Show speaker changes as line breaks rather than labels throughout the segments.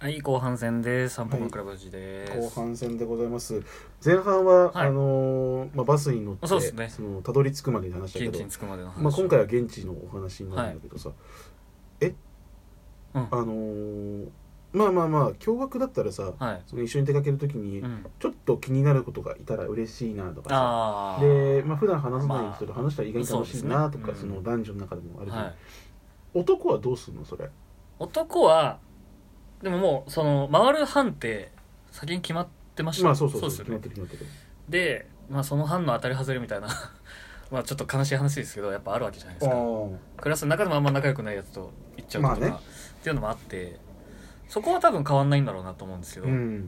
はい、後半戦です。三本のクラブジです。
後半戦でございます前半は、
はい
あのーまあ、バスに乗って
そうっすね
そのたどり着くまでの話だけ
現地
ど
に、着くまでの話。
まあ、今回は現地のお話になるんだけどさ、え、
うん
あのーまあまあまあ驚愕だったらさ
はい。
その一緒に出かける時に、
うん。
ちょっと気になることがいたら嬉しいなとかさ
ああ。
で、まあ普段話さない人と話したら意外に楽しいなとか、
まあそうで
そ
すねうん
の男女の中でもあるけど、
はい。
男はどうすんのそれ
男は。でももう、その回る班って。先に決まってました。
まあそうそうそう
です
決
よ
まっ
ね
て。る決まってる
で、まあ、その班の当たり外れみたいな。 まあ、ちょっと悲しい話ですけど、やっぱあるわけじゃないですか。クラスの中でもあんま仲良くないやつと行っちゃうとか、
まあね
っていうのもあってそこは多分変わんないんだろうなと思うんですけど、
う
だ
ん
か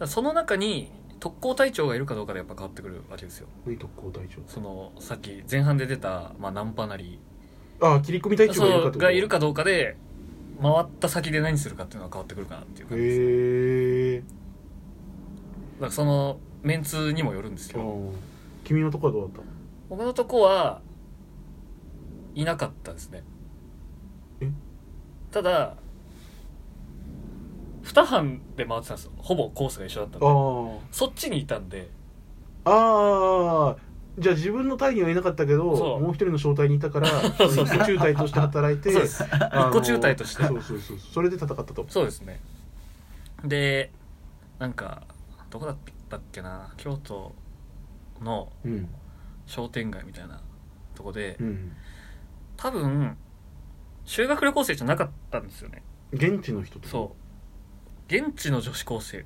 らその中に特攻隊長がいるかどうかでやっぱ変わってくるわけですよ
何特攻隊長
そのさっき前半で出た、まあ、ナンパなり
ああ切り込み隊長がいるか
そう
ってこと
がいるかどうかで回った先で何するかっていうのは変わってくるかなっていう感じです、
へえ
だからそのメンツにもよるんですけど
君のとこはどうだっ
僕のとこはいなかったですね
え
ただ2班で回ってたんですよほぼコースが一緒だったん
た
で
あ
そっちにいたんで
ああじゃあ自分の隊にはいなかったけ
そ
ど
う
もう一人の小隊にい たから
そう
一個中隊として働いて
そうです
あの
一個中隊として
そうそうそうそれで戦ったと
そうですねでなんかどこだったっけな京都の
うん
商店街みたいなとこで
うん
多分修学旅行生じゃなかったんですよね
現地の人と
そう現地の女子高生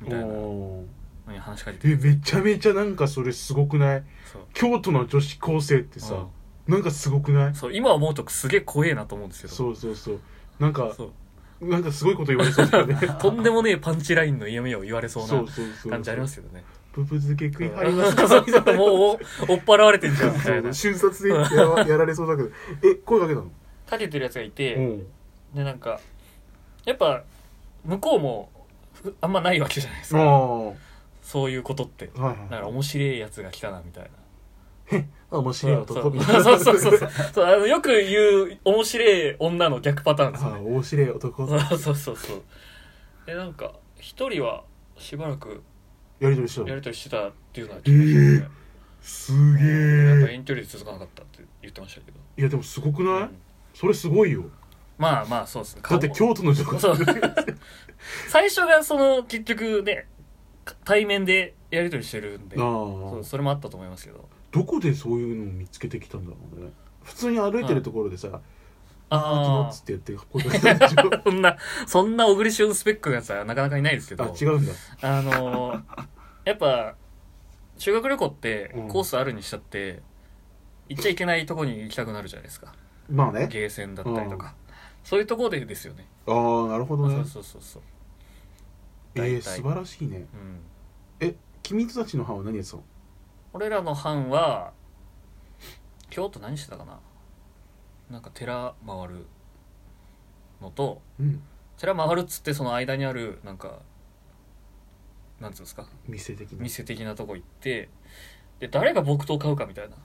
みたいなの
おー
に話しかけて
えめちゃめちゃなんかそれすごくない
そう
京都の女子高生ってさ
う
なんかすごくない
んそう今思うとすげえ怖えなと思うんですけど
そうそうそうなんか
そう
なんかすごいこと言われそうだよね
とんでもねえパンチラインの嫌味を言われそう
そう
な
そうそう
感じありますけどね
ブブ漬け食いはります か
そうそうそうもう追っ払われてんじゃんみたいな
瞬殺でやらやられそうだけどえ声かけたの
かけてるやつがいて、
ん
でなんかやっぱ向こうもふあんまないわけじゃないです
あ
か
あは
そういうことって
いは
だ
い
から面白いやつが来たなみたいな
あ面白い
そうそ
男
う
みたいな
そうそうそうそうあのよく言う面白い女の逆パターンですよ
あ
ね
面白い男や
そうそうそうそうでなんか一人はしばらく
りとりした
や
の
り取りしてたっていうのは聞いたんですすけどねやっぱ
げえ
遠距離続かなかったって言ってましたけど、
いやでもすごく
う
ない
ん
それすごいよ
まあまあそうですね
だって京都の女
そう
子
最初がその結局ねか対面でやり取りしてるんでそ
あ
う
あ
それもあったと思いますけど
どこでそういうのを見つけてきたんだろうね普通に歩いてるところでさあ
あ
っつってやってこうやってやってたんでし
あそんなそんな小栗旬スペックのやつはなかなかいないですけ
ょ
ど
あ違うんだ
あのーやっぱ修学旅行って
うん
コースあるにしちゃって行っちゃいけないとこに行きたくなるじゃないですか
まあね
ゲーセンだったりとかそういうところでですよね
ああなるほど
そ
ね
うそうそうそう
え
大
ー
体
素晴らしいね
うん
君たちの班は何やってたの
俺らの班は京都何してたかななんか寺回るのと
うん
寺回るっつってその間にあるなんかなんつうんですか
店的な
店的なとこ行ってで誰が木刀買うかみたいな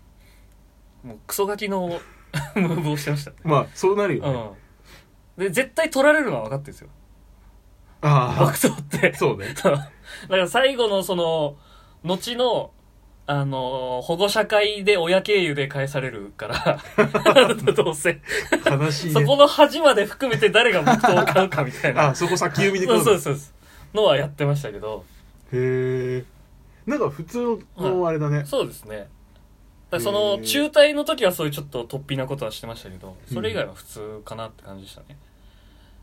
もうクソガキの ムーブをしてましたね
まあそうなるよね、
うんで絶対取られるのは分かってるんですよ木
あ
刀って
あそうね
そう だから最後のその、後の、あのー、保護者会で親経由で返される から、どうせ。
悲しい
そこ
ね
の端まで含めて誰が木刀を買うかみたいな。
あそこ先読みでく
そう
る
そ
の
うそうです。のはやってましたけど、
へえんか普通のあれだね、
そうですね。だからそ
へ
の、
ー
中退の時はそういうちょっと突飛なことはしてましたけど、それ以外は普通かなって感じでしたね。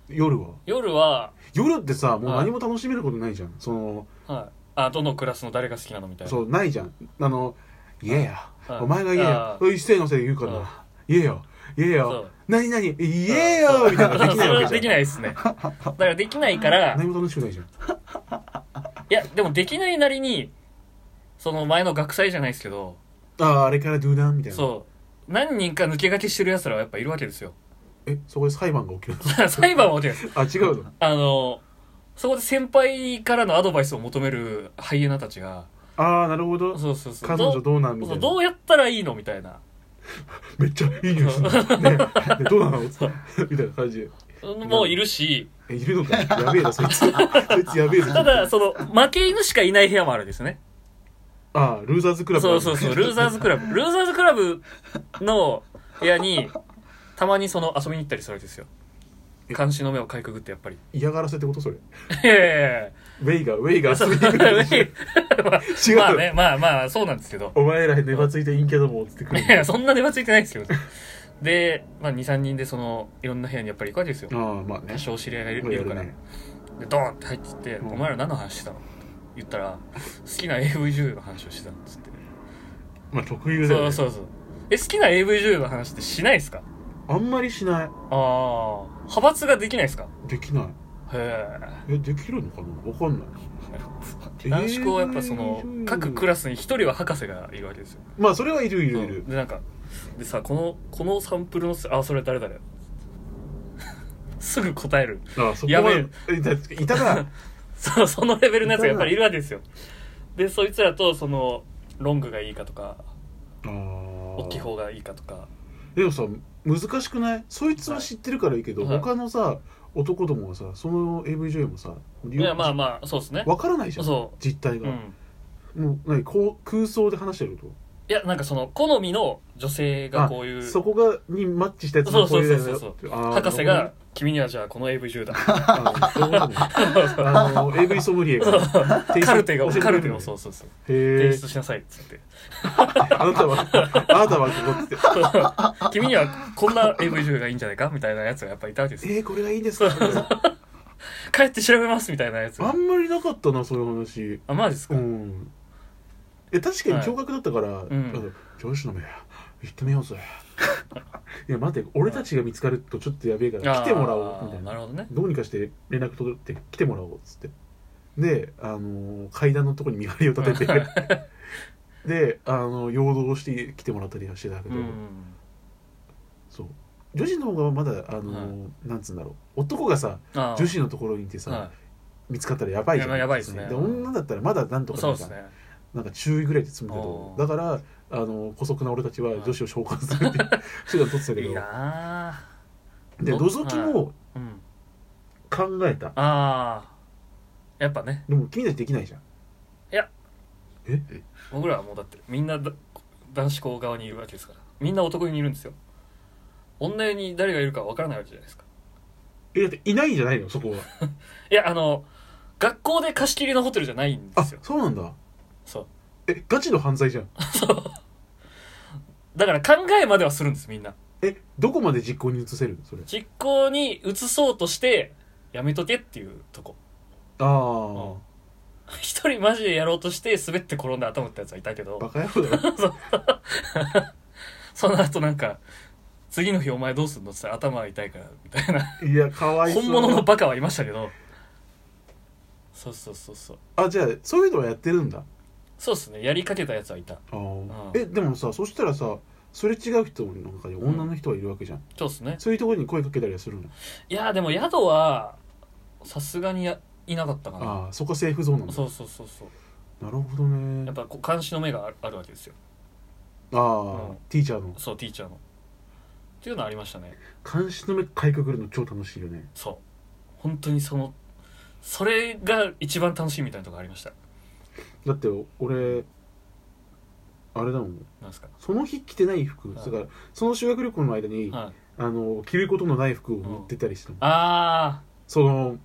夜は
夜は、
夜ってさもう
はい
何も楽しめることないじゃんその
はい。あ、どのクラスの誰が好きなのみたいな。
そうないじゃんあの「言えや、
はい
お前が言え
ああ」
や一斉のせいで言うから
うん
な「言えよ言え
そう
よ何何言えよ」みた いなのができないわけじゃん
それはできないですね。だからできないから、
何も楽しくないじゃん
いや、でもできないなりに、その前の学祭じゃないですけど、
あああれからドゥーダンみたいな
そう、何人か抜け駆けしてる奴らはやっぱいるわけですよ。
えそこで裁判が起きるの
裁判は起きないです。
あ違うの
あの、そこで先輩からのアドバイスを求めるハイエナたちが、
ああなるほど
そうそうそう。
彼女
ど
どうなんみた
そう
いな
どうやったらいいのみたいな。
めっちゃいい匂いするねねどうなの
そう
みたいな感じで
もういるし、
ええいるのかやべえな そいつそいつやべえぞ
ただ、その、負け犬しかいない部屋もあるんですね。
ああルーザーズクラブ
そうそうそう、ルーザーズクラブ。ルーザーズクラブの部屋に、たまにその遊びに行ったりするわけですよ。監視の目をかいくぐって、やっ ぱり。
嫌がらせってことそれウ
いやいやいや
ェイがウェイが
そう
遊びに来る違う
まあね、まあまあ、そうなんですけど。
お前ら粘ついていいんけどもっつってく
い
る
や、そんな出ばついてないですけど。で、まあ、2、3人で、その、いろんな部屋にやっぱり行くわけですよ。
ああまあね
多少知り合いがい
こ
るい
れや
る
る
から。
ね
でドーンって入ってきて「
うん
お前ら何の話してたの?」言ったら「好きな AV 女優の話をしてた」っつって、
まあ特有だよ
そう
ね
そうそうえ好きな AV 女優の話ってしないですか
あんまりしない
ああ派閥ができないですか
できない
へ
えできるのかなわかんない
え男子校はやっぱその
AV
各クラスに一人は博士がいるわけですよ
まあそれはいるいるいる
うんでなんかでさこのこのサンプルのあそれ誰誰 すぐ答える
ああそこ
や
は
べえ
えだっていた な
そうそのレベルのやつがやっぱりいるわけですよでそいつらとそのロングがいいかとか
ああ
大きい方がいいかとか
でもさ難しくないそいつは知ってるからいいけど、
はい
他のさ男どもはさその AV 女優もさ
いやまあまあそうですね
分からないじゃん
そ
実態
う、う
が、
ん、
もう何こう空想で話してると
いやなんかその好みの女性がこうい
あ
う
そこがにマッチしたやつ
そう
こ
そううそ
いうう
そう
やつ
そ
だよ
う
あー
博士が「君にはじゃあこの AV 10だ
あーそういうことねあ の AV ソムリエが提」出
カルテが
教えてく
カ
れる
ルテをそうそうそう
へ
提
え
出しなさいっつって
あなたはあなたはここっつって
「君にはこんな AV 10がいいんじゃないか?」みたいなやつがやっぱいたわけですよ
えー、これがいいですか みたいな
帰って調べますみたいなやつ
あんまりなかったなそういう話
あマジです
う
か、
んえ確かに驚愕だったから、
ん
あの教師の目行ってみよ うぜいや待って俺たちが見つかるとちょっとやべえから来てもらおうみたい
な
な
るほどね
どうにかして連絡取って来てもらおうっつってで、あのー階段のとこに見張りを立て てで、あの陽動して来てもらったりはしてたけ
う
ど、
ん
そう女子の方がまだ、あのーなんつうんだろう男がさ
ああ
女子のところにいてさ、
は
見つかったらやばいじゃん
いややばいですね
で女だったらまだなんと
い
か
そう
なん
で
か
すね
なんか注意ぐらいで済むけど
おー
だからあの姑息な俺たちは女子を召喚するって いう手段取ってたけ
いい
ど
なあ
で覗きも
うん
考えた
ああやっぱね
でも君たちできないじゃん
いや
え
僕らはもうだってみんなだ男子校側にいるわけですからみんな男湯にいるんですよ女湯に誰がいるかわからないわけじゃないですか
えだっていないんじゃないの そこはい
やあの学校で貸し切りのホテルじゃないんで
あ
すよ
そうなんだ
そう
えガチの犯罪じゃん
だから考えまではするんですみんな
えどこまで実行に移せるのそれ
実行に移そうとしてやめとけっていうとこ
ああ
一人マジでやろうとして滑って転んで頭打ったやつはいたけ
バ
ど
カ野郎だな
その後なんか次の日お前どうすんのって言ったら頭痛いからみたいない
やかわいそう
本物のバカはいましたけどそうそうそうそう
あじゃあそういうのはやってるんだ
そうですねやりかけたやつはいた
ああ
うん
えでもさそしたらさそれ違う人の中に女の人はいるわけじゃん、
そうですね
そういうところに声かけたりはするの
いやーでも宿はさすがにやいなかったかな
ああそこはセーフゾーンなんだ
そうそうそうそう
なるほどね
やっぱこう監視の目がああるわけですよ
ああ、
うん
ティーチャーの
そうティーチャーのっていうのありましたね
監視の目かいくぐるの超楽しいよね
そう本当にそのそれが一番楽しいみたいなとこありました
だって俺あれだもん
なんですか
その日着てない服、
はい
だからその修学旅行の間に、
はい
あの着ることのない服を持ってったりしてたもん
あ
その、
ー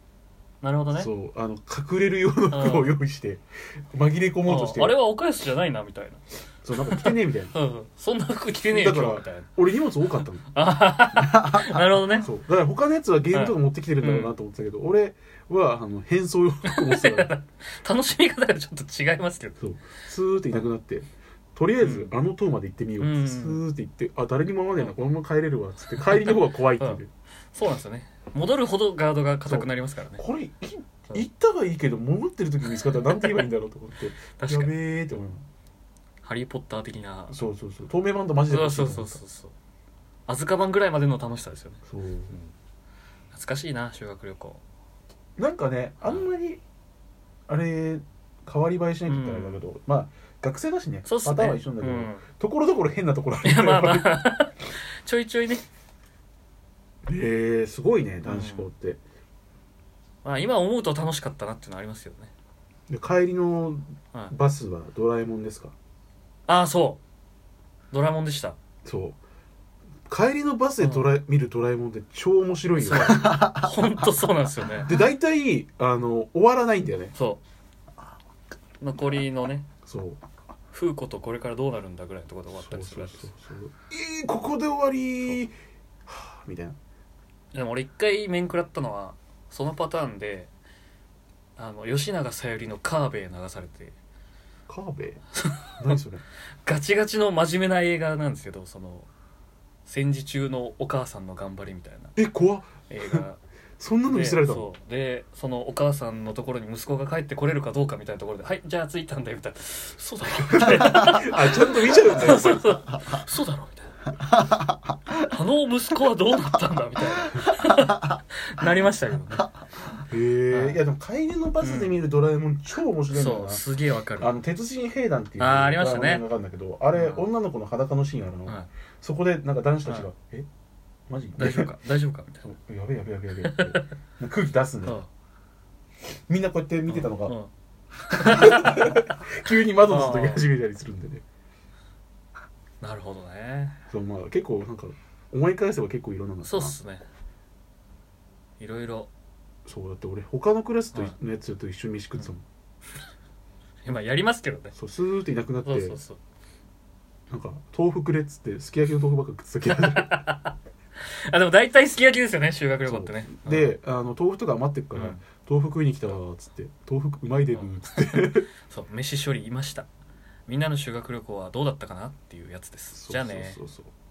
なるほどね
そうあの隠れる用の服を用意して、紛れ込もうとして
ああれはお返しじゃないなみたい
そうなんか着てねえみたいな
な、うん、そんな服着てねえよ
だから
今日みたいな
俺荷物多かった の
なるほどね
そうだから他のやつはゲームとか持ってきてるんだろうなと思ってたけど、俺はあの変装用の服持ってたから
楽しみ方がちょっと違いますけど
そうスーっていなくなってとりあえず
う
あの塔まで行ってみよう、
うん
スーって行ってあ誰にも会わねえなこのまま帰れるわっつって帰りの方が怖いっていう、
うんそうなんですよね戻るほどガードが硬くなりますからね
これい
そう
行ったはいいけど戻ってる時に見つかったらなんて言えばいいんだろうと思って
確
や
かに
べえって思いま
ハリー・ポッター的な
すそうそうそう透明バンドマジで
そう
欲しい
そうそうそうそうアズカバンぐらいまでの楽しさですよね
そう
懐かしいな修学旅行
なんかねあんまりあれ変わり映えしないって言ったらあれだけど、まあ学生だしね
そうっすね
パターンは一緒なんだけど、
うん
ところどころ変なところある
いやまあま
やっぱ
あ ちょいちょいね
りへえすごいね男子校って、
まあ今思うと楽しかったなっていうのはありますよね、
で帰りの
はい、
バスはドラえもんですか
ああそうドラえもんで した
そう帰りのバスでドラえ、見るドラえもんって超面白い
そ
よ
う本当そうなんですよね
で大体あの終わらないんだよね
そう残りのね
そう
風子とこれからどうなるんだぐらいのところで終わったりするわけです
そうえー、ここで終わりはあみたいな
でも俺一回面食らったのはそのパターンであの吉永小百合の「カーベイ」流されて
河辺何 それ
ガチガチの真面目な映画なんですけどその戦時中のお母さんの頑張りみたいな
え怖っ
映 画
そんなの見せられたの
そうでそのお母さんのところに息子が帰ってこれるかどうかみたいなところで「はいじゃあ着いたんだよ」みたいな「そうだよ」みたいな
あちゃんと見ちゃうんだよ
そうそうそうだろみたいなあの息子はどうなったんだみたいななりましたけどね
へえいやでも帰りのバスで見るドラえもん超面白いんだよ
そう
な
すげえわかる
あの鉄人兵団っていう
あーありましたね
ドラえもんがあるんだけどあれ、
うん
女の子の裸のシーンあるの、
はい
そこでなんか男子たちが「
う
えマジ
大丈夫か大丈夫かみたいな
やべえやべえやべえやべえやべえ もう空気出すんだよ、みんなこうやって見てたのが、
うんうん
急に窓の外に始めたりするんでね
なるほどね
そうまあ結構なんか思い返せば結構いろんなの
そうっすねいろいろ
そうだって俺他のクラスと
はい
のやつと一緒に飯食ってたもん、
今やりますけどね
そうスーっていなくなって
そうそうそう
なんか豆腐くれっつってすき焼きの豆腐ばっか食ってたけど
あでも大体すき焼きですよね修学旅行ってね
そう であの豆腐とか余ってくから、
うん
豆腐食いに来たわっつって豆腐うまいでぶっつって、
そう飯処理いましたみんなの修学旅行はどうだったかなっていうやつですじゃあね
そうそうそう